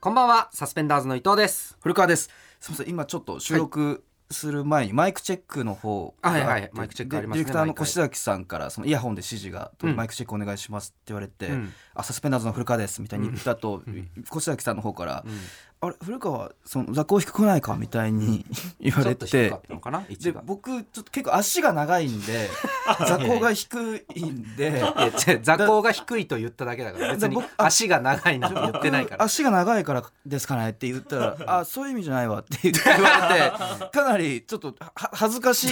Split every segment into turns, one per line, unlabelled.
こんばんはサスペンダーズの伊藤です
古川ですすみません今ちょっと収録する前にマイクチェックの方があって
はいはいはいマイクチェックありますね
でディレクターの
毎回
越崎さんからそのイヤホンで指示が「
うん
マイクチェックお願いします」って言われて「
うん
あサスペンダーズの古川です」みたいに言ったと、越崎さんの方から「あれ古川その雑魚を引く来ないか?」みたいに言わ
ちょ
れ
っと低
て
かったのかな位置
で
が
僕ちょっと結構足が長いんで座高が低いんで。
いやちょ 座高が低いと言っただけだから別に
僕あ
足が長いなんて言ってない から
足が長いからですかねって言った ら「あそういう意味じゃないわ」って言って言われてかなりちょっとは恥ずかしい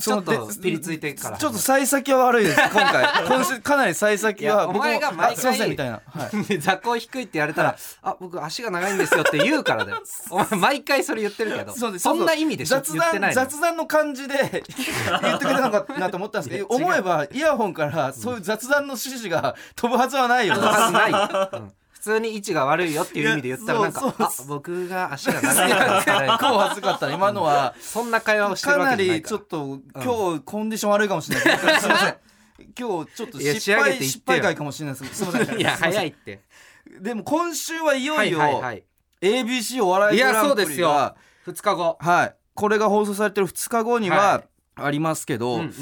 そ
ちょ
の
っと
で
ピリついてから
ちょっと幸先は悪いです今回今週かなり幸先
いや
は
お
僕も
前が毎回
あすいませんみたいな、は い、
座高低いって言われたら「あ僕足が長いんですよ」って言うから だよお前毎回それ言ってるけど
そ
そ
うです
んな意味でしょ
雑
言ってな
談
いのよ
雑談の感じで 言ってくれたのかなと思ったん ですけど思えばイヤホンからそういう雑談の指示が 飛ぶはず はないよね
はずない、うん普通に位置が悪いよっていう意味で言ったらなんか
いやそう
あ僕が足が長いからですかね
結構恥ずかったね今のは。
そんな会話をして
か
るわ
な
けじゃな
り
いか
ち
ら
ょっと今日コンディション悪いかもしれないです。すいません。 今日ちょっと
いや仕
失
上げてい
敗
ってよ
失敗回かもしれないです。すみませ ん。
いや
すません
早いって
でも今週はいよいよ
はいはい
ABC お笑
はい
い
い
グ
や
ラ
そ
ン
う
プ
です
リ
よ
が
2日後
はいこれが放送されてる2日後に
は
はありますけ
うんう
ど
ん。うん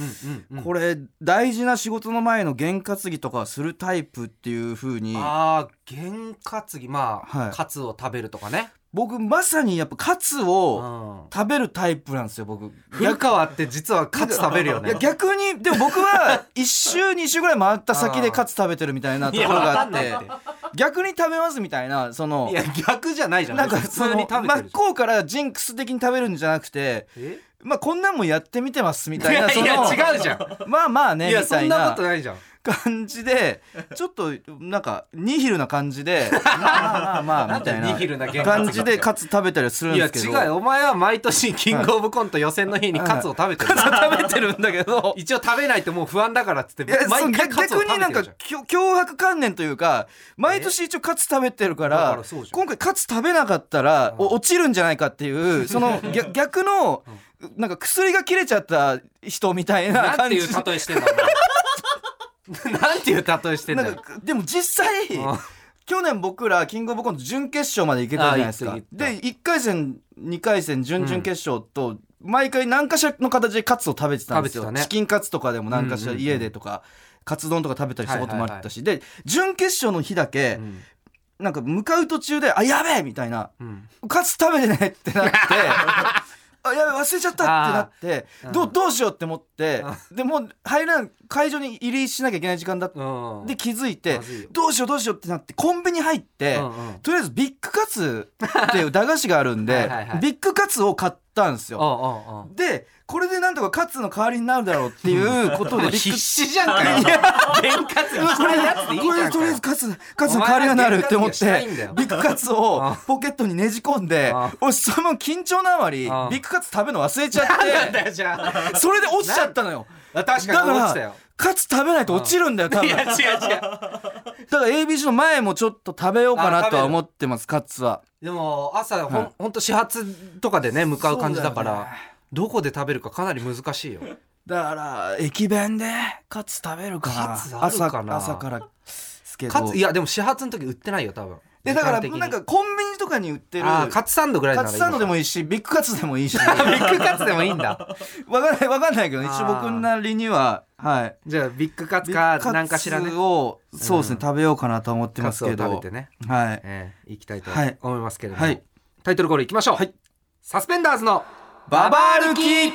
うん
これ大事な仕事の前の験担ぎとかするタイプっていう風に
ああ験担ぎまあ、
はい
カツを食べるとかね、
僕まさにやっぱカツ
う
を
ん、
食べるタイプなんですよ僕
古川って実はカツ食べるよ
い
ね
や逆にでも 僕は1週2週ぐらい回った先でカツ食べてるみたいなところがあっ
いや
て
わかんな
逆に食べますみたいなその
いや逆じゃないじゃん
なんか
普
そ
通
の
に食べて
真
る
っ
じゃん
向からジンクス的に食べるんじゃなくて
え
まあこんなんもやってみてます み
い
たいな
や
そ
い
の
や違うじゃん
まあまあね
いや
み
そ
た
ん
い
な
な
ことないじゃん
感じでちょっとなんかニヒルな感じ でまあまあまあみたい
なんでニヒルな
な
験担ぎ
感じでカツ食べたりするん
いや
ですけど
違うよお前は毎年キングオブコント予選の日にカツを食べてる、
食べてるんだけど
一応食べないともう不安だからっつって
いやそう
毎
逆
回カツを食
逆
べて
に
る
なん
じゃ
か
ん
きょ脅迫観念というか毎年一応カツ食べてる
だ
から
からそうじゃん
今回カツ食べなかったらお落ちるんじゃないかって いうその逆逆のなんか薬が切れちゃった人みたいな
なん
感
て
じ
いう例えしてんだお前なんていう例えしてんだ
な
よ
んかでも実際
うん
去年僕らキングオブコント準決勝まで行けたじゃないです
あ
か
行った
で
行
1回戦2回戦準々決勝と毎回何かしらの形でカツを食べてたんです
食
よ、
べてたね
チキンカツとかでも何かしら
うんうんうん
家でとかカツ丼とか食べたりしたこともあったし、で準決勝の日だけ
うん
なんか向かう途中で「あやべえ!」みたいな
うん
「カツ食べてね」ってなって あやべえ忘れちゃったってなって
あー
ど
う
うんどうしようって思ってでもう入らん会場に入りしなきゃいけない時間だった
うん
で気づいて
まずいよ
どうしようどうしようってなってコンビニ入って、
うんうん
とりあえずビッグカツっていう駄菓子があるん で
はいはいはい
ビッグカツを買ったんですよ。
うんうんうん
でこれでなんとかカツの代わりになるだろうっていうことでビッグ
必死じゃんかよ験担ぎし
こ
た
れ
いやつでいいじ
これ
ゃ
で
ん
と
か
りあえ
よ
ずカツカツの代わりになるって思っ
お
て
前が験担ぎをしたいんだよ
ビッグカツを
あ
ポケットにねじ込んで
あ
俺その緊張のあまりビ
あ
ッグカツ食べるの忘れちゃっ
なん
て
だよじゃあ
それで落ちちゃったのよ
確かに
だか
落ちた
ら
よ
カツ食べないと落ちるんだよ多
い
分
や違う違う
だから ABC の前もちょっと食べようか
あ
な
食
と
べる
は思ってますカツは
でも朝ほ
は
ん
い
ほんと始発とかでね向かう感じだか
そうだよ
ら
ね
どこで食べるかかなり難しいよ
だから駅弁でカツ食べるかな
カツあるかな
朝朝からですけど
カツいやでも始発の時売ってないよ多分
でだから
時間的に
なんかコンビニとかに売ってる
あーカ
カ
ツサンドぐらいなら
ツサンドでも
いい
いいしビッグカツでもい いし
のかビッグカツでもいいんだ
わかんないわかんないけど一
あ
応
ー
僕なりにははい
じゃあビッグカツ
ビッ
か
グカツ
なんかしらね
をそうですね、
うん
食べようかなと思ってま
カ
す
ツを
けど
食べてね
はい
ええ行きたいと
はい
思いますけれども
はい
タイトルコールいきましょうサスペンダーズの
ババ歩き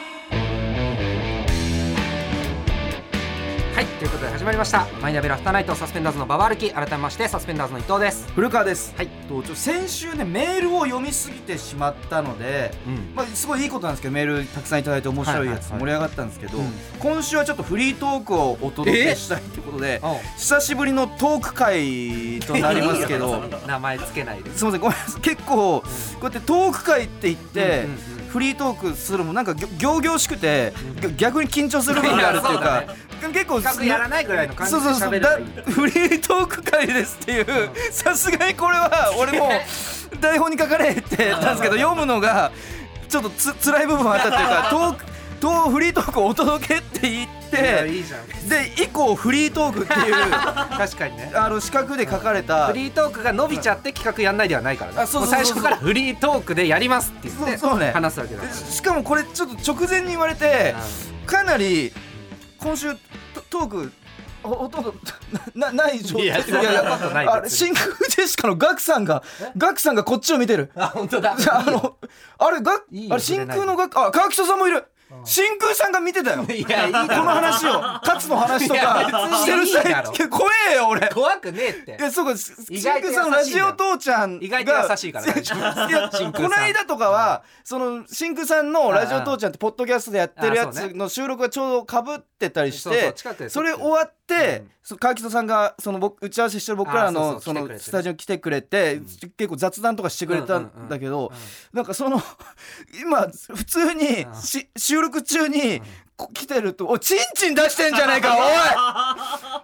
はいということで始まりました「マイナビラフターナイトサスペンダーズのババ歩き」改めましてサスペンダーズの伊藤です
古川です
はい
とちょ先週ねメールを読みすぎてしまったので
うん
まあ、すごいいいことなんですけどメールたくさんいただいて面
はい
白いやつ
はいはい
盛り上がったんですけど、
うん
今週はちょっとフリートークをお届けしたいということで
おう
久しぶりのトーク会となりますけど
名前つけないです
すいませんごめんなさい結構こうやってトーク会って言って、
うんうんうん
フリートークするのもなんかぎょ仰々しくて、ぎょ逆に緊張する部分があるっていうか
いや
結構
企画やらないぐらいの感じで
そうそうそ
喋
う
れば
だ
いいんだ
フリートーク会ですっていうさすがにこれは俺 も 台本に書かれてたんですけど読むのがちょっとつ辛い部分もあったっていうかトークとフリートークをお届けって言っ
いや
て
いいじゃん
で以降フリートークって いう
確かにね
あの四角で書かれた
フリートークが伸びちゃって企画やんないではないからね
あそうそうそうそう
も最初からフリートークでやりますって言って
そうそうね
話すわけだから
ししかもこれちょっと直前に言われてかなり今週トトーク ほほとんどなない状態
いやそんなことない
あれ
別に
真空ジェシカのガクさんがガクさんがこっちを見てる
あ本当だ
じゃああのあれガク
いいよ
あれ真空のガクあ川北さんもいる真空さんが見てたよ
いやいいだろ
この話を勝つの話と
いや別
か
に
してる
いいだろ
し怖えよ俺
怖くねえって
いやそうか
意
真
外と優
空さんラ
しいんだ
ジ
よ
オ父ちゃんが
意外と優しいから大丈夫
いや
真空さ
こ
ん
の間とかはその真空さんの「ラジオ父ちゃん」ってポッドキャストでやってるや
あそうね
つの収録がちょうどかぶってたりし
そうそう
て
近くで
それ終わっ
う
て
ん
そ川北さんがその僕打ち合わせしてる僕ら
あ
の
そ
そう
そう来てくれて
の
ね
スタジオ来てくれて結構雑談とかしてくれたんだけどなんかその 今普通に
うん
し収録中にこ来てると「おちんちん出してんじゃないかおい! 」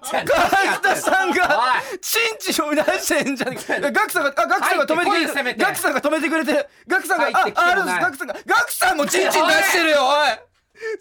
川北さんが
おい
チンチンを出してんじゃねえか。ガクさんが、あ、ガクさんが止め
入って
て
こいよせ
くれ
め
て
て
る。ガクさんが止めてくれてる。ガクさんが、
入っ
あ
て、きても
あるんで
な
す。
い
ガクさんが、ガクさんもチンチン出してるよ、おい。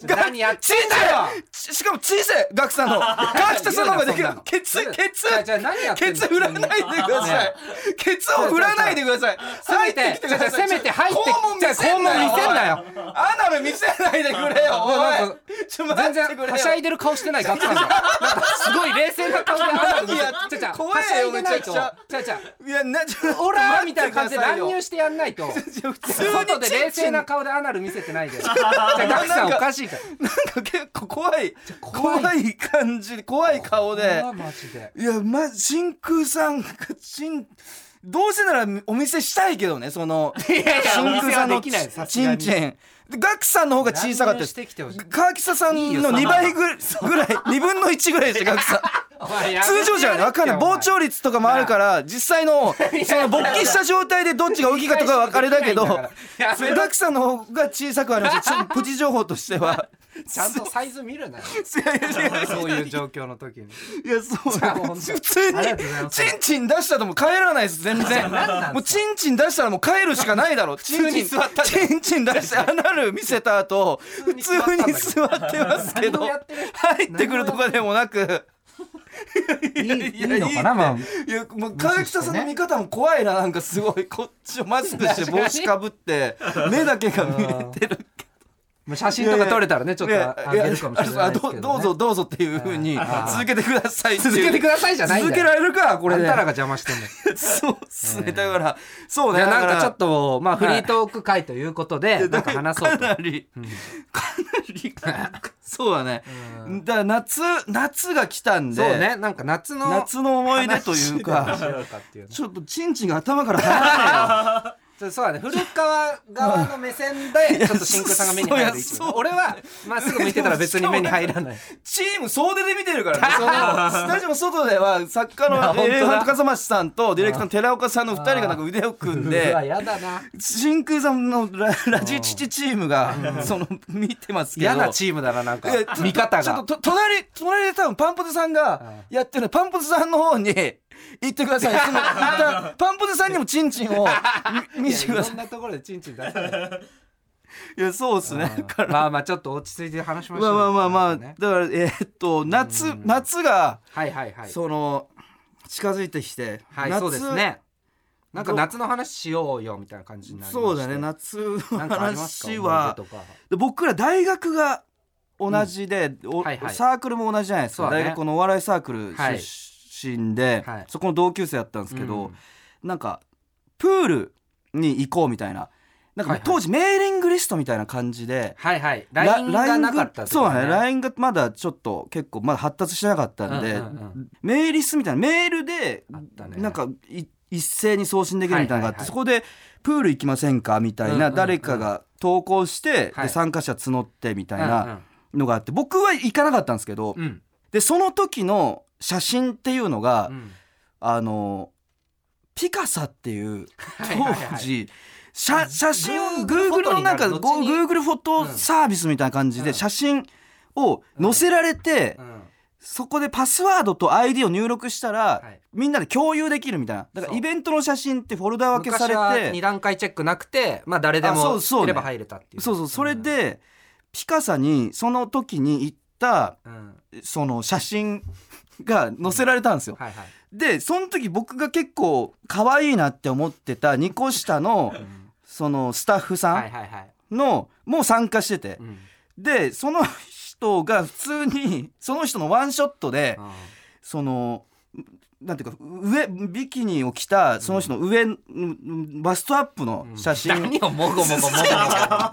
ガ
何やってんだよ
チンだよしかも小さいガクさんのガクタさんの方ができる
言うな
ケツ
そんなの
ケツ
じゃあじゃあ何やってん
ケ
の
ツ振らないでくださいケツを振らないでください
せめて
入ってきく
じゃ
ださい
あせめて入ってきて
肛門見せんな
肛
よ
門見せんなよ
おいアナル見せないでくれよ
もうなん
お
か
いちょ待
全
っ
然
てくれよ
はしゃいでる顔してないガクさんがなんかすごい冷静な顔で
何やっ
ち
て
ゃちゃ
怖
はし
え
ゃ
よ
いでないと
めちゃ
ちゃちゃ
いやなちょっと
オラー
待
み
って
たいな感じで
くださいよ
乱入してやんないと
普通に
外で冷静な
チン
顔でアナル見せて ないでじゃあガクさんおかしいから
チンなんか結構怖い
怖
怖
い
い感じ怖い顔で
うわマジで
いやま真空さんがちんどうせならお見せしたいけどねその
いやいや
真空さん
お
の
見
ち
せはできないさす
ち
が
ん
に
ちんでガクさんの方が小さかっ
乱入
たで
し
す
てきてほしい
川北さん
いいよそ
の
んな
2
の
倍ぐ ぐらい2分の1ぐらいでしたガクさん
お前やめて
通常じゃ分かんない
お前
膨張率とかもあるから実際のその勃起した状態でどっちが大きいかとかはあれだけど
いややめろ
ガクさんの方が小さくありましたちょプチ情報としては
ちゃんとサイズ見るなよそういう状況の時に
いやそう
じゃあ本当に
普通に
ありがとうございます
チンチン出したともう帰らないです全然もうチンチン出したらもう帰るしかないだろチンチン
座ったんだ
チンチン出してアナル見せた後普通
通に
に
座
座ってますけど
何をやってる
入ってくるとかでもなく
いい
や
いいのかなまあ
いやもう川北さんの見方も怖いななんかすごいこっちをマスクして帽子かぶって目だけが見えてる
まあ写真とか撮れたらねちょっ
い
と
や
あ
いや
げるかもしれないですけどね
あどうどうぞどうぞっていうふうに
あー
続けてくださいっていう
続けてくださいじゃないんだ
続
よ
けられるかこ
これあん
れで
たらが邪魔してんのよ
そうっすねだからそう
い
ね
やな
だ
ん
ら
かちょっとまあフリートーク会ということでなんか話そう
か
と
なりかなりそうだねだから夏夏が来たんで
そうねなんか夏の
夏の思い出とい
話
う
で
か
どうしようかっていうね
ちょっとチンチンが頭から離れない
そうそうだね古川側の目線 でちょっと真空さんが目に入る位置
そう
俺はまっすぐ向いてたら別に目に入らない
チーム総出で見てるからねその スタジオの外では作家
あ本当
の
だ
エレファント笠松さんとディレクターの寺岡さんの2人がなんか腕を組ん
うわ
で
やだな
真空さんのララジチチチームがその見てますけど
嫌なチームだななんか
いやちょ
見方
ちょ
が
っとと隣隣で多分パンポテさんがやってるのでパンポテさんの方に行ってくださいその一旦パンポテさんにもチンチンを み見せてくだ
い
さ
ろ
い
んなところでチンチン出さない
いやそうですねだから
まあまあちょっと落ち着いて話しまし
ま
ょ
あ
う
まあまあまあだ
ね
からえーっと夏夏が
はいはいはい
その近づいてきて、
はい
夏
そうですねなんか夏の話しようよみたいな感じになりまして
そうだね夏の
なんかありますか
話は
思い出とか
で僕ら大学が同じで、お
はいはい
サークルも同じじゃないです
そ
か、
うだね
大学のお笑いサークル
はい
出身で、
はい
そこの同級生だったんですけど、
うん
なんかプールに行こうみたいななん
はい
か
はい
当時メーリングリストみたいな感じで。
はいはい
ラ
LINE がなかったってこ
そう
と
だね LINE がまだちょっと結構まだ発達してなかったんで、
うんうんうん
メーリスみたいなメールで
あったね
なんかい一斉に送信できるみたいなのがあっ
はい
て、
はいはい
そこで「プール行きませんか?」みたい
うんうんう
なん誰かが投稿して、
はい
で参加者募ってみたい
うんうん
なのがあって僕は行かなかったんですけど、
うん
でその時の写真っていうのが、
うん
あのピカサっていう当
はいはいはい
時。写写真を
Google フォ
Google
ト
の
にな
なん
る
か
後に
Google フォトサービスみたいな感じ
う
で
ん
写真を載せられて、
うん
そこでパスワードと ID を入力したら、
はい
みんなで共有できるみたいなだか
そ
ら
う
イベントの写真ってフォルダ分けさ
昔は
れ
2
て
段階チェックなくてまあ誰で
あそ
も
うそう
入
ね
れば入れたっていう
そうそうそれで、ピカサにその時に行った
うん
その写真が載せられたんですよ
はいはい
でその時僕が結構可愛いなって思ってた2個下の
うん
そのスタッフ
はい
さ
はいはい
んのもう参加してて
うん
でその人が普通にその人のワンショットで
うん
そのなんていうか上ビキニを着たその人の上、うんバストアップの写真、
何をもごもごもごも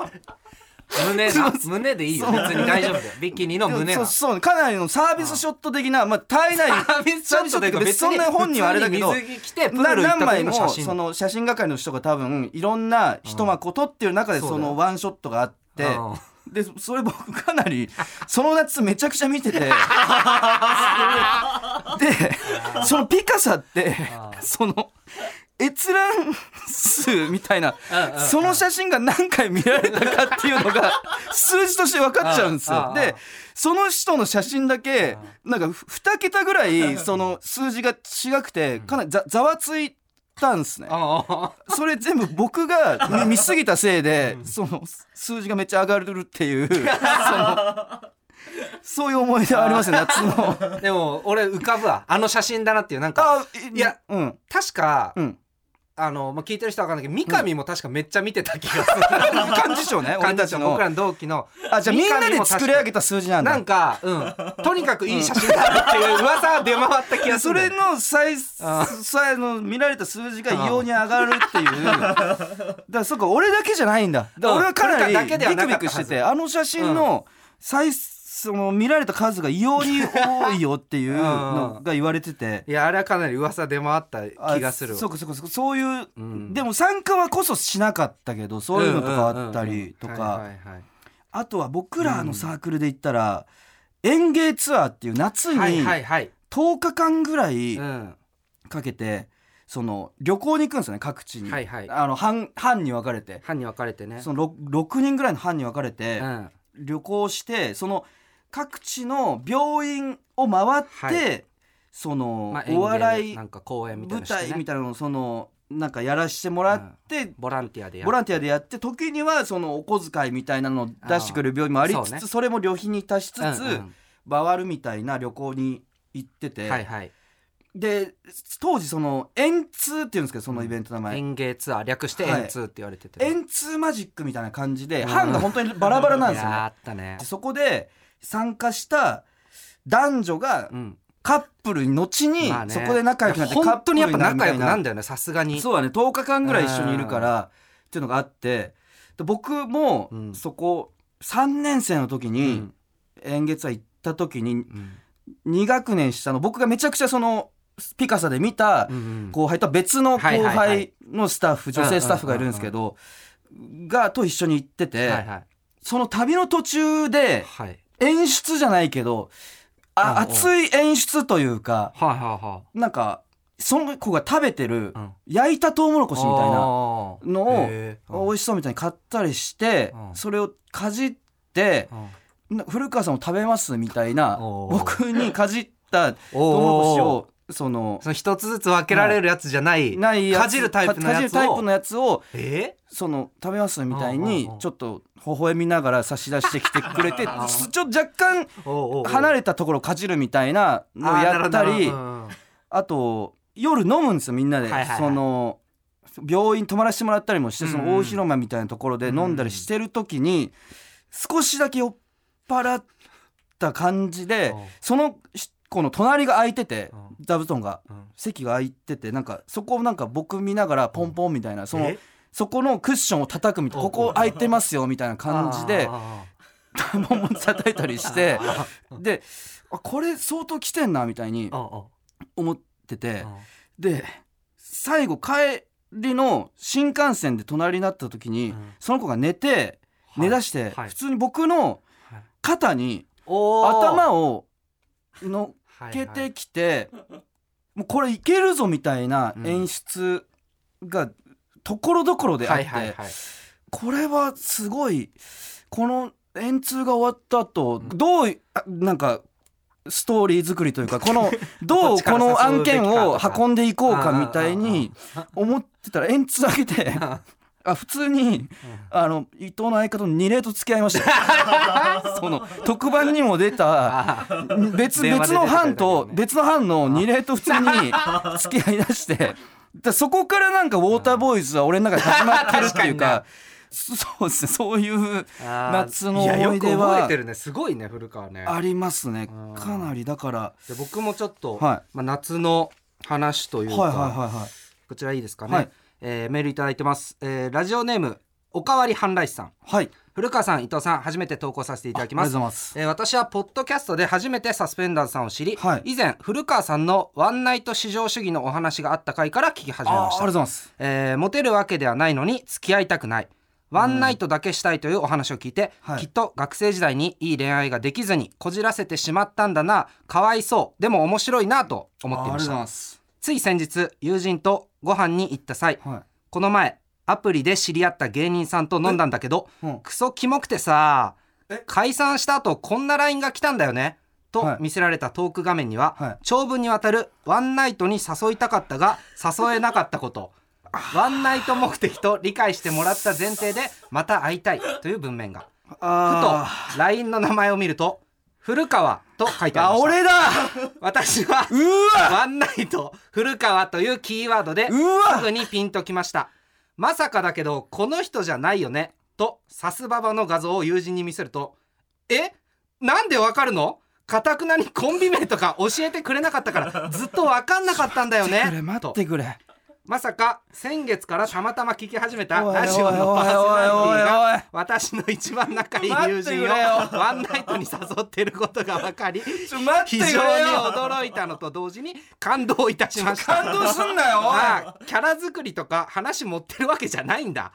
ご胸な胸でいいよ別に大丈夫だよビキニの胸
そう
な
そうかなりのサービスショット的なまあ体内
サービスショットというか別に
そんな本人はあれだけど
普通に水着着てプー
な
ル行っ
何
た時
枚
の
も
写真
その写真係の人が多分いろんな一幕撮ってる中で
うんそう
そ
だよ
のワンショットがあって、
うん
でそ れ僕かなりその夏めちゃくちゃ 見ててでそのピカサって
あー
その閲覧数みたいな
うんうん
その写真が何回見られたかっていうの が数字として分かっちゃうんです
うんう
よ
ん
でその人の写真だけなんか2桁ぐらいその数字が違くてかなりざざわついたんですね
あ
それ全部僕が見見すぎたせいで、その数字がめっちゃ上がるっていうそのそういう思い出はありますね夏の。
ーでも俺浮かぶわあの写真だなっていうなんか
あ
いや
うん
確か
うん
あのまあ聞いてる人は分かんないけど三上も確かめっちゃ見てた気がする
幹事長ね 俺
幹事
たち
長僕
の
らの同期の
あじゃあみんな
三上
で
も確か
作り上げた数字なんだ
なんかうんとにかくいい写真だっていう噂は出回った気がす
そ
るんだよ
れの最
あ
最の見られた数字が異様に上がるって いうだからそっか俺だけじゃないんだだから俺はかな
うん俺らだけ
り
では
ビ
な
ク
かっ
ビ
たはず
クしててあの写真の最その見られた数が異様に多いよっていうのが言われてて
いやあれはかなり噂出回った気がするわ
あそうかそうかそうかそういう、
うん
でも参加はこそしなかったけどそういうのとかあったりと
うんうんうんうんはい
か
はいはい
あとは僕らのサークルで言ったら、園芸ツアーっていう夏
はい
に
はいはい。
10日間ぐらい
うん。
かけてその旅行に行くんですよね各地に、
はいはい
あの班班に分かれて
班に分かれてね。
その 6, 6人ぐらいの班に分かれて
う、ん。
旅行してその各地の病院を回って、
はい
その、
まあ
お笑
演芸
い
なんか公演みたいなの
舞
してね。
台みたいなのをそのなんかやらしてもらって、
ボランティアでやる。
ボランティアでやって時にはそのお小遣いみたいなのを出してくる病院もありつつ
ああ
そ,、
そうね
れも旅費に足しつつ、
うん
回るみたいな旅行に行って
う
て、
んはいはい。
で当時その円通っていうんですけどそのイベントの名前、
演芸ツアー略して
はい
円通って言われてて。
円通マジックみたいな感じで
うん
班が本当にバラバラなんですよ
いやあ
ね。
ったね
で。そこで参加した男女が
うん。
カップルに後に
まあね
そこで仲良くなって
いや
カッ
本
プ
当
ル
にやっ
に
ぱ
なるみ
仲
た
良
い
く
な
なんだよね。さすがに。
そうだね10日間ぐらい一緒にいるからっていうのがあってで僕も
うん
そこ3年生の時
う
に
ん。
演月祭行った時に
うん。
2学年下の僕がめちゃくちゃそのピカサで見た
うん。
後輩とは別の後
はいはいは
輩
い
のスタッフ女性スタッフがいるんですけどがと一緒に行って
はいは
て
い。
その旅の途中で
はい。はい
演出じゃないけどあ
うんうん
熱い演出というか
はいは
なんかその子が食べてる
い。うん。
焼いたトウモロコシみたいな。のを
を
美味しそうみたいに買ったりして、
うん
それをかじってな古川さんも食べますみたいな
おー
僕にかじったトウモロコシをその
その一つずつ分けられるやつじゃない。
ないやつ
かじるタイプのやつを
かじるタイプのやつを
え
その食べますみたい
うん
に
うんうん
ちょっと微笑みながら差し出してきてくれ て
ん
すちょっと若干離
離
れたところをかじるみたいなのを
あー
やっ
な
た
るほど
り
なるほどうん
あと夜飲むんですよみんなで、
はいはいはい
その病院泊まらせてもらったりもして
うん
その大広間みたいなところで飲んだりしてる時に少しだけ酔っ払った感じで
うん
その子の隣が空いてて
う
座布団が
うん
席が空いててなんかそこをなんか僕見ながらポンポンみたいなその
え
そこのクッションを叩くみたいな
うん
ここ空いてますよみたいな感じで
あーあ
ポンポン叩いたり して
ーあ
であこれ相当来てんなみたいに
ーあ
思ってて
ー。あ
で最後帰りの新幹線で隣になった時に、
うん
その子が寝て、
ー
寝だして、
はい
普通に僕の
はい
肩に
おー
頭を乗っけ
はいは
て
い
きて、もうこれいけるぞみたいな演出がところどころであって、
はいはいはい
これはすごいこの円通が終わった後、どうあなんかストーリー作りというかこ のどうこの 案件を運んでいこうかみたいに思ってたら円通上げてあ普通にあの伊藤の相方の二例と付き合いました その特番にも出た
あー
別
電話で出
別
てた
の班
やつ
と
ね
別の班の二例と 普通に付き合いだしてだそこからなんかウォーターボーイズは俺の中で始まってるっていう
確かにな
かそそうですねそういう
あー
夏の思い出
やよく覚え
は
てるねすごいね古川ね
ありますね
うん
かなりだから
で僕もちょっと、
は
まあ、夏の話という
は
か、
いはいはいはい
こちらいいですかね、
はい
えーメールいただいてます、えーラジオネームおかわり半来さん
はい
古川さん伊藤さん初めて投稿させていただき
あ
ま
りが
す
とうございます
えー私はポッドキャストで初めてサスペンダーズさんを知り、
はい
以前古川さんのワンナイト至上主義のお話があった回から聞き始め
あーあ
まし
りがとう
た
ございます
えーモテるわけではないのに付き合いたくないワンナイトだけしたいというお話を聞いて、
はい
きっと学生時代にいい恋愛ができずにこじらせてしまったんだなかわいそうでも面白いなと思ってい
あーあ
ま
り
し
がとうござい
た
ます
つい先日友人とご飯に行った際
は
この前アプリで知り合った芸人さんと飲んだんだけど
いうん
クソキモくてさ
え
解散した後こんな LINE が来たんだよね
は
と
い
見せられたトーク画面には、
はい
長文にわたるワンナイトに誘いたかったが誘えなかった ことワンナイト目的と理解してもらった前提でまた会いたいという文面がふ
あー
と LINE の名前を見ると「古川」と書いてあ
あ
りました
俺だ
私は
うわ
ワンナイト古川というキーワードで
うわ
すぐにピンときましたまさかだけどこの人じゃないよねとサスババの画像を友人に見せるとえなんでわかるのかたくなにコンビ名とか教えてくれなかったからずっとわかんなかったんだよ
待ってく
ね
れ待っ
と
てくれ
まさか先月からたまたま聞き始めた
おいおいおい
ラジオのパーソナリ
おい
ティ
おいおいおい
が私の一番仲いい友人を
待ってく
ワンナイトに誘ってることが分かり
ちょ待
非常に驚いたのと同時に感動いたしました
感動すんなよおい
まあキャラ作りとか話持ってるわけじゃないんだ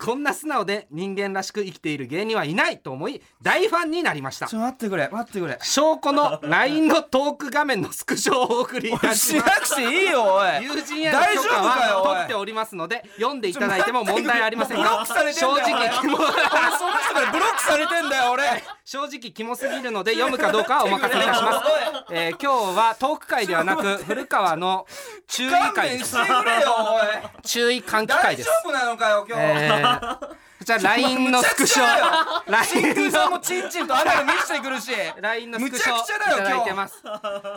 こんな素直で人間らしく生きている芸人はいないと思い大ファンになりました
ちょ待ってくれ待ってくれ
証拠の LINE のトーク画面のスクショをお送りいたし
しな
ます
くていいよおい
友人への許可は取っておりますので読んでいただいても問題ありません
ブロッ
が
クされて
正
んだよ
直キモ
俺その人からブロックされてんだよ俺
正直キモすぎるので読むかどうかはお任せいたし ます、えー今日はトーク会ではなく古川の注意
勘
会
弁
で
し
す
てくれよおい
注意喚起会
大
で
丈
す
夫なのかよ今日
えーこちら LINE のスクショ
むちゃ
LINE
さんも
の
チンチンと穴が見せてくるし
LINE のスクショ
むちゃくちゃだよ
いただいてます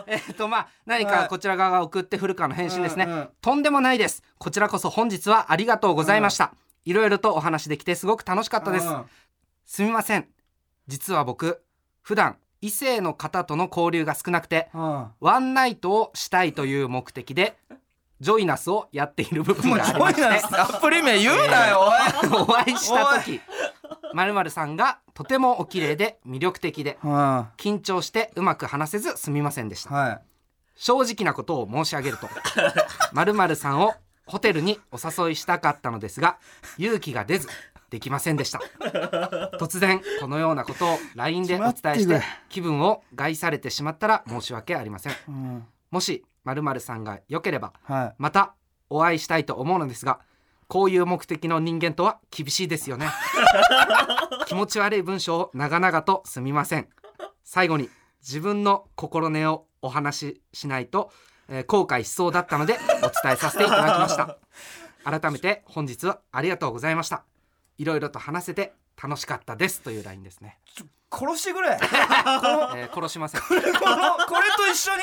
えっとまあ何
は
か
い
こちら側が送って古川の返信ですね、
うんうん
とんでもないですこちらこそ本日はありがとうございました、いろいろとお話できてすごく楽しかったです、
うん
すみません実は僕普段異性の方との交流が少なくて
うん
ワンナイトをしたいという目的でジョイナスをやっている部分
もう
が
ジ
ありまし
ョイナ
て
スってアプリ名言うなよおい
お会いした時まるまるさんがとてもお綺麗で魅力的で
うんは
緊張してうまく話せずすみませんでした
い
正直なことを申し上げ るとまるまるさんをホテルにお誘いしたかったのですが勇気が出ずできませんでした突然このようなことを LINE でお伝えし
ちょっと待ってく
て
れ
気分を害されてしまったら申し訳ありません
うん
もしまるまるさんが良ければ
はい
またお会いしたいと思うのですがこういう目的の人間とは厳しいです よね気持ち悪い文章を長々とすみません最後に自分の心根をお話ししないと、えー後悔しそうだったのでお伝えさせていただきました改めて本日はありがとうございましたいろいろと話せて楽しかったですというラインですね、
殺してくれ
えー殺しません
このこれと一緒に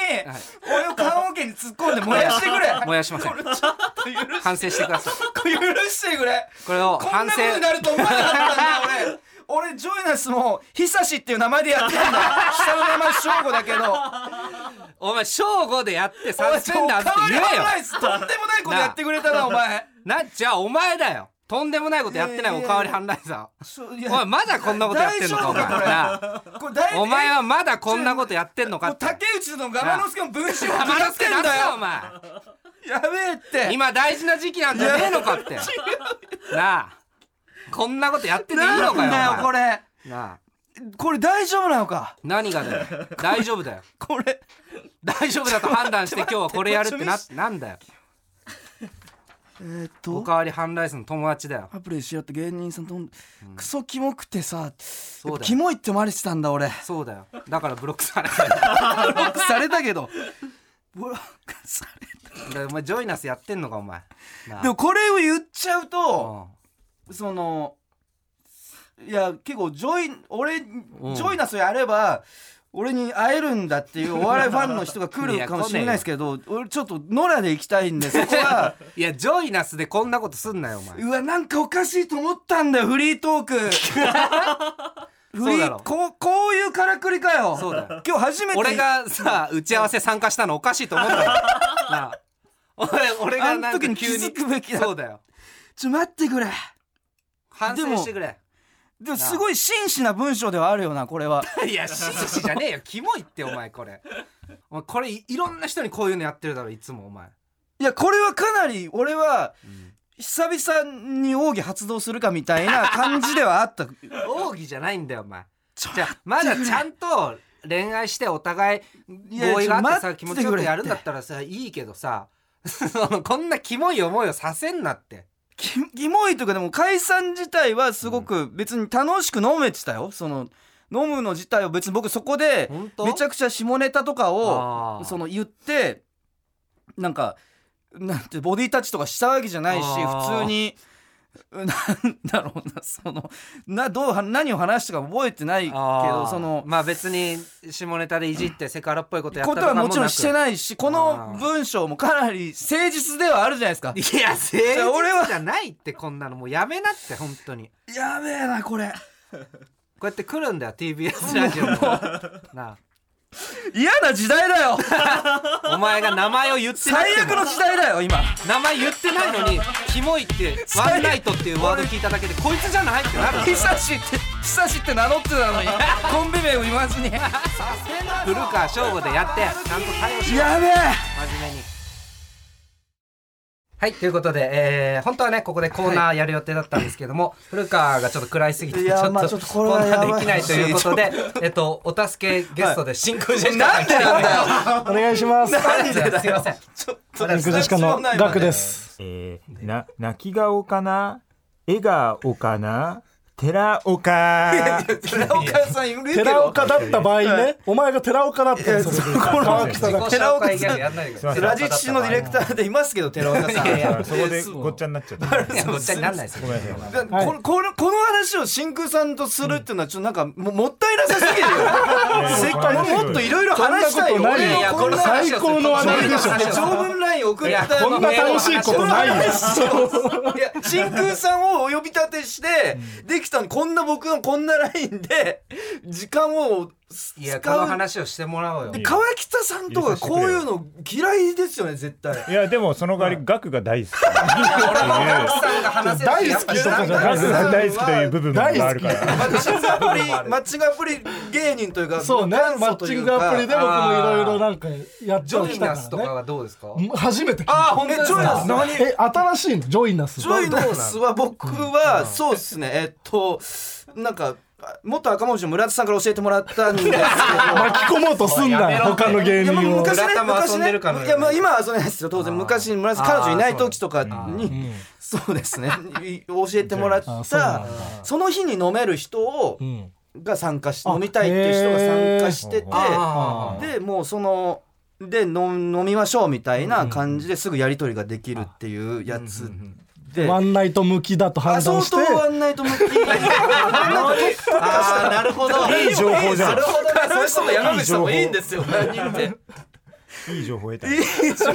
俺を棺桶に突っ込んで燃やして くれ
燃やしません
これちょっと許し
反省してください
許してくれ
これを
こん
反
な
省
ことになると思わなかったんだ俺俺ジョイナスもひさしっていう名前でやってんだ下の名前しょうごだけど
お前正午でやってサスペンダーズって言えよ
お前変わりもないっすとんでもないことやってくれたなお前
なじゃあお前だよとんでもないことやってない
いやいやい
お
や
かわりハンライザ
そうい
ー
や
お前まだこんなことやってんのかお前
大丈夫か
な
これ大
あお前はまだこんなことやってんのか
もう
って
竹内のガマノスケの分子を
黙
ぶ
ら
らし
せて
て
なんんだ
だ
よお
よ
前
やべえって
今大事な時期なんじゃねえのかってなあこんなことやってていい
な
の
ん
かよ
だよ
お
こ
前
れ
なあ
これ大丈夫なのか
何がだよ大丈夫だよ
これ
大丈夫だと判断して今日はこれやるってな
ち
なんだよ
えーっ
お
と
かわりハンライザーの友達だよ
アプリで知り合った芸人さんと、クソキモくてさ
うだよ
キモいって思われてたんだ俺
そうだよだからブロックされたよ
ブロックされた けどブロックされ
だからお前ジョイナスやってんのかお前なあ
でもこれを言っちゃう
う
と
ん
そのいや結構ジョイ俺、
ん
ジョイナスやれば俺に会えるんだっていうお笑いファンの人 が来るかもしれないですけど俺ちょっと野良で行きたいんでそこ は
いやジョイナスでこんなことすんなよお前
うわなんかおかしいと思ったんだよフリートークフ
そ
リ
うだ
ー
ろ
こうこういうからくりかよ
そうだよ
今日初めて
俺がさ打ち合わせ参加したのおかしいと思ったよ なあ俺俺がなん
あ
か
の時に気
急に
づくべきだ
そうだよ
ちょ待ってくれ
反省してくれ
でもすごい真摯な文章ではあるよなこれは い
や紳士じゃねえよキモいってお前これお前これいいろんな人にこういうのやってるだろいつもお前
いやこれはかなり俺は久々に奥義発動するかみたいな感じではあった
奥義じゃないんだよお前
ちょ
じゃあまだちゃんと恋愛してお互い合意があってさ気持ちよくやるんだったらさいいけどさ そのこんなキモい思いをさせんなって
キキモいというかでも解散自体はすごく別に楽しく飲めてたよその飲むの自体は別に僕そこで
本当
めちゃくちゃ下ネタとかを
あー
その言ってなんかなんてボディタッチとかしたわけじゃない
あ
し
ー
普通に なんだろうなそのなどう何を話したか覚えてないけ
あ
ど
ー
その
まあ別に下ネタでいじってセクハラっぽいことやった
ことと
か
は
も
もちろんして
い
ないしこの文章もかなり誠実ではあるじゃないですか
いや誠実
ゃあ俺は
じゃないってこんなのもうやめなって本当に
やべえなこれ
こうやって来るんだよ TBS ラジオもな
嫌な時代だよ
あお前が名前を言ってなく
最
て
悪の
も
時代だよ今
名前言ってないのに「キモい」って「ワンナイト」っていうワード聞いただけでこいつじゃないってなる
久しって久しって名乗ってたのにコンビ名を言わずにや
古川翔吾でやってちゃんと対応しよう
べ
真面
え
目に。はいということで、えー本当はねここでコーナーやる予定だったんですけども、古川がちょっと暗いすぎて
い
ち
や
ょっと,、
まあちょっと
コ
これは
ーナ
や
ー
ばい
できないということで、えっと、お助けゲストで真空ジェシカさん来て
なんでなん
だよ
お願いし ます。
すいません
真空ジェシカの楽です。
えー、な泣き顔かな笑顔かな寺岡
寺岡さんいるけど
寺岡だった 場合ね、お前が寺岡だったらそれで川北
自
が
己紹介ギャグやんないでください
ラジチシのディレクターでいますけど寺岡さん
いやいや
そこでごっちゃになっちゃった
いやごっちゃになんないですよ
ごめんなさい
だからこのこのこの話を真空さんとするっていうのはちょっとなんかももったいなさすぎるよせっかくもっといろいろ話したいよ
そんなことない
俺
よ
のこんな
最高の話でしょ
長文ライン送った
こんな楽しいことないよ。
いや真空さんをお呼び立てして、できたのにこんな僕のこんなラインで時間を使う
いやこの話をしてもらおうよ
で川北さんとかこういうの嫌いですよね絶対
いやでもその代わり額が大 好き
俺も川北さんが話せる
大好きとかじゃない
額が大好きという部分もあるか
大
ら
マッチングアプリマッチングアプリ芸人というか
そうね、
元
マ
祖
ッ
と
チ
い
ン
う
グ
か
アプリで僕もいろいろなんかやっ
ジ
ちゃ
ョ
き
イ
た
ナスとか
か
はどうですから
ね。初めて聞い
あ
た。
本当
え
です
ジョイナ
か
ス
何
え、新しいのジョイナス。
ジョイナスは僕はそうですねえっとなんか元赤文字の村田さんから教えてもらったんですけど
巻き込もうとすん
おいや
な
め
よ、
ろって
他の芸
いや
人
まあ
を。
昔ね
村田も遊
昔
んで
ね
るかのように
いやまあ今は遊んでないですよ当然昔村田さん彼女いない時とかに そうですねい 教えてもらっ
あそうなん
た
だ
その日に飲める人を
うん
が参加し
あ
飲みたいっていう人が参加してて
あー
でもうそのでの飲みましょうみたいな感じですぐやり取りができるっていうやつで。
ワンナイト向きだと
あ
判
相
断して
当。ワンナイト向きあーなるほど
いい情報じゃ
な
ん
るほどねそういうこと山口さんもいいんですよ何人で
いい情報得た
そうです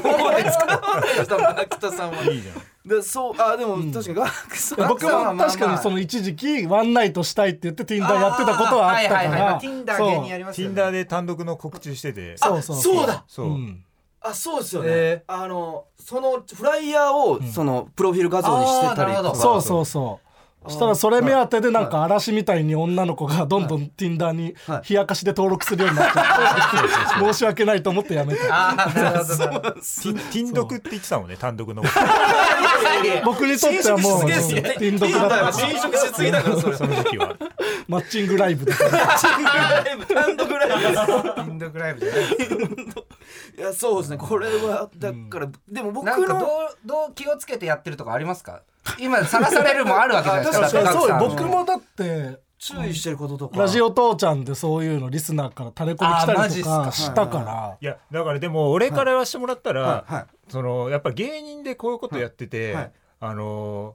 か。秋田さんは。
いいじゃん
で、そう、あ、でも、確かに、ガクさん。
僕も確かにそ
の。
の一時期ワンナイトしたいって言って Tinder やってたことはあったか
はいはいはいまあ
ら
Tinder
そう
芸人やりますよね
Tinder で単独の告知してて
そう
そ
そうう
そうだ。
そうう、
ん
あ、そうですよね。
え
あの、そのフライヤーを、そのプロフィール画像にしてたり
あーなる
と
ほ
か。
ど
そうそうそうしたらそれ目当てでなんか嵐みたいに女の子がどんどん Tinder に
はい
冷やかしで登録するように なっちゃって申し訳ないと思ってやめた
ああなるほどなるほど
ティンティンドクって言ってたもんね単独の
僕にとってはもう
新色しすぎですね
Tinder だった
侵食しすぎだからそれ
その時期は
マッチングライブでか
単独ライブです
インドクライブじゃない
いやそうですねこれはだからでも僕
なんかどう
の
どう気をつけてやってるとかありますか今さらされるもあるわけじゃないですか
確かにそうよ
だって
僕もだって
注意してることとか
ラジオ父ちゃんでそういうのリスナーから垂れ込み
あーマ
来た
ジっ
り
す
と
か
かしたから
いやだからでも俺から言わせてもらったら、
はいはい
そのやっぱ芸人でこういうことやってて、
はいはい
あのー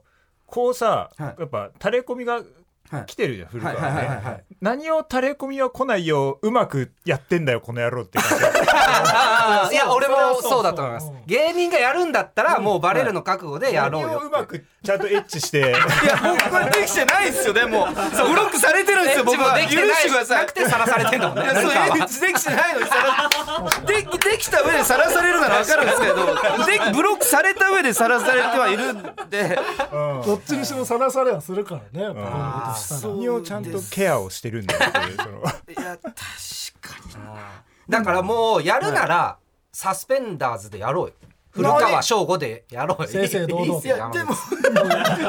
こうさ、
はい
やっぱ垂れ込みが来てるじゃん、古
はい
川
はいはいはい
ね
はい
何を垂れ込みは来ないよううまくやってんだよこの野郎って感じ
あーいや
そう
俺も
それはそう
そうだと思います芸人がやるんだったらもうバレるの覚悟でやろう
何
よ
を
って
うまくちゃんとエッチして
いや僕はできてないですよでもそうブロックされてるんです
エ
よ
ッチ
僕
も
は
で
許
きてない
してください
なくてさらされてんだもんね
いやそう
古川は
エッチできてないのにさらできできた上でさらされるなら分かるんですけどでブロックされた上でさらされてはいるんで
どっちにしてもさらされはするからねやっぱこういうことしたら
何をちゃんとケアをしてるんだよっていうその
いや確か
だからもうやるならサスペンダーズでやろうよ古川翔吾でやろうよ
正々堂々と
いやでも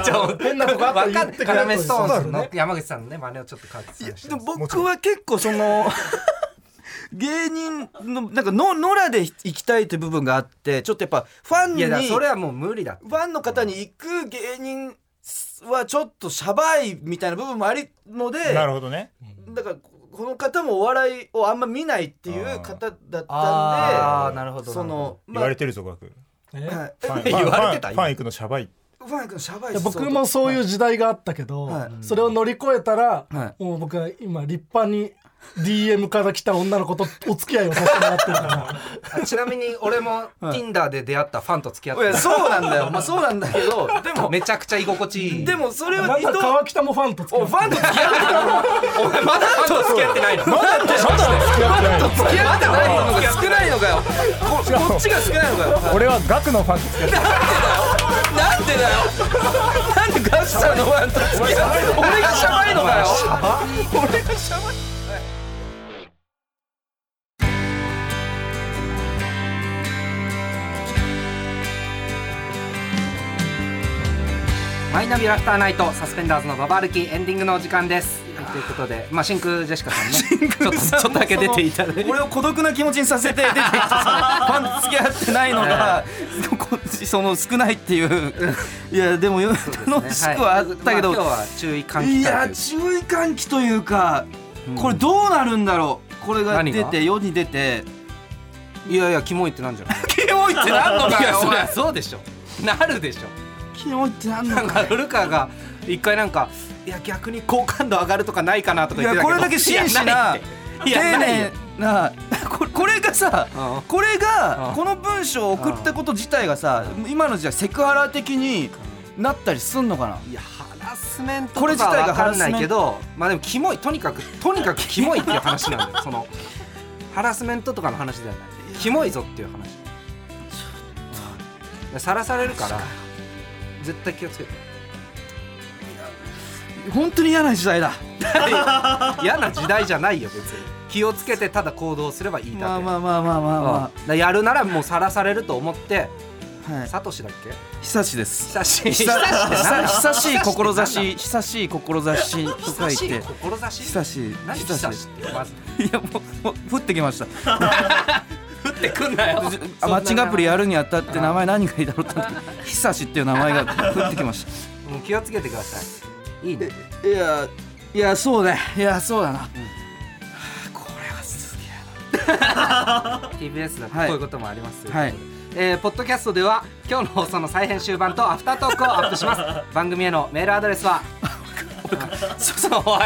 ちょっと変なとこあったら
分
言
かっ
って
て
くれ
カ
る
ラ
と
メストーンズ
そうだ
の
ね
山口さんのね真似をちょっと川口さんにして
にで
ま
も
す
僕は結構その芸人のなんかの野良で行きたいという部分があってちょっとやっぱファン
い
に
やだからそれはもう無理だって
ファンの方に行く芸人はちょっとシャバいみたいな部分もありので
なるほどね
だからこの方もお笑いをあんま見ないっていう方だった
あ
ん
ーなるほど
でその
言われてるぞ額
ね
はい
ファン フ
言われ
ァ
て
ンフ
た
ァンファン行くのシャバい
ファンクのシャバい
いや
です
僕もそういう時代があったけど、
はい
それを乗り越えたら、
は
もう僕は今立派に DM から来た女の子とお付き合いをさせてもらってるから
あちなみに俺も Tinder で出会ったファンと付き合っ
いや
て
そうなんだよまあそうなんだけどで
る
も
めちゃくちゃ居心地いい
でもそれは
ま
移動
だ川北もファンと付き合
お
っ
フ
て
ァンと付き合ってたの
お前まだファンと付き合ってないの
まだまだ付き合 ってないの
付き合ってないのが少ないのかよここっちが少ないのかよ
俺は額のファンと付き合って
なんでだよなんでガッシャーのファンと付き合って俺がシャバいのかよ俺がシャバい
マイナビラフターナイトサスペンダーズのババ歩きエンディングのお時間ですということでまあ真空ジェシカさんねちょっとちょっとだけ出ていただいて
俺を孤独な気持ちにさせて出てきたそのファンと付き合ってないのがこっちその少ないっていういやでもよ楽しくはあったけど、
はいまあ今日は注意喚
い、
起
や
会という
注意喚起というか、これどうなるんだろうこれが
何
出
が
て世に出て
いやいやキモいってなんじゃない
キモいってなんのかよお
そり
前
ゃそうでしょなるでしょ
キモいって なんの
なん
か
か
よ
古川が一回なんかいや逆に好感度上がるとかないかなとか
い
言って
や
たけ
こ
ど
れだけ真摯
やな
ない丁
いっていやないよ
寧なこれこれがさ
うん
これ
う
が
ん
この文章を送ったこと自体がさ今の時代セクハラ的になったりすんのかない
やハラスメント
ことれ
か
自体
は
が
分
ハ
か
ラ
ん
ス
な
メント
いけどまあでもキモいとにかくとにかくキモいっていう話なんだよそのハラスメントとかの話ではないキモいぞっていう話さらされるから絶対気をつけて
本当に嫌な時代だ
嫌な時代じゃないよ別に気をつけてただ行動すればいいだけ、
まあまあまあまあまあ
うん
ま
だからやるならもうさらされると思って
あ、はい、
サトシだっけ
久しです
久しい
久久久しい
久
志久しい志と書
久
い
しい
て
志
久しい
何
久
久
し
しってまず
いいやもうもう降ってきました
降ってくんなよ
あマッチングアプリやるにあたって名前何がいいだろう って久しっていう名前が降ってきまし
もう気をつけてくださいいいね
たいやいやそうねいやそうだな、これはすげえ
TBS だとこ
はいう
いうこともあります、
はい
えーポッドキャストでは今日の放送の再編集版とアフタートークをアップします 番組へのメールアドレスはそうそうおい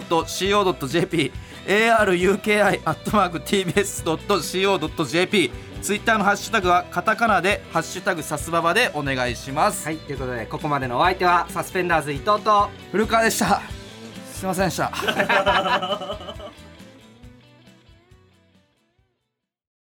aruki.tbs.co.jp aruki.tbs.co.jp ツイッターのハッシュタグはカタカナで「ハッシュタグサスババ」でお願いします、
はいということでここまでのお相手はサスペンダーズ伊藤と
古川でしたすいませんでした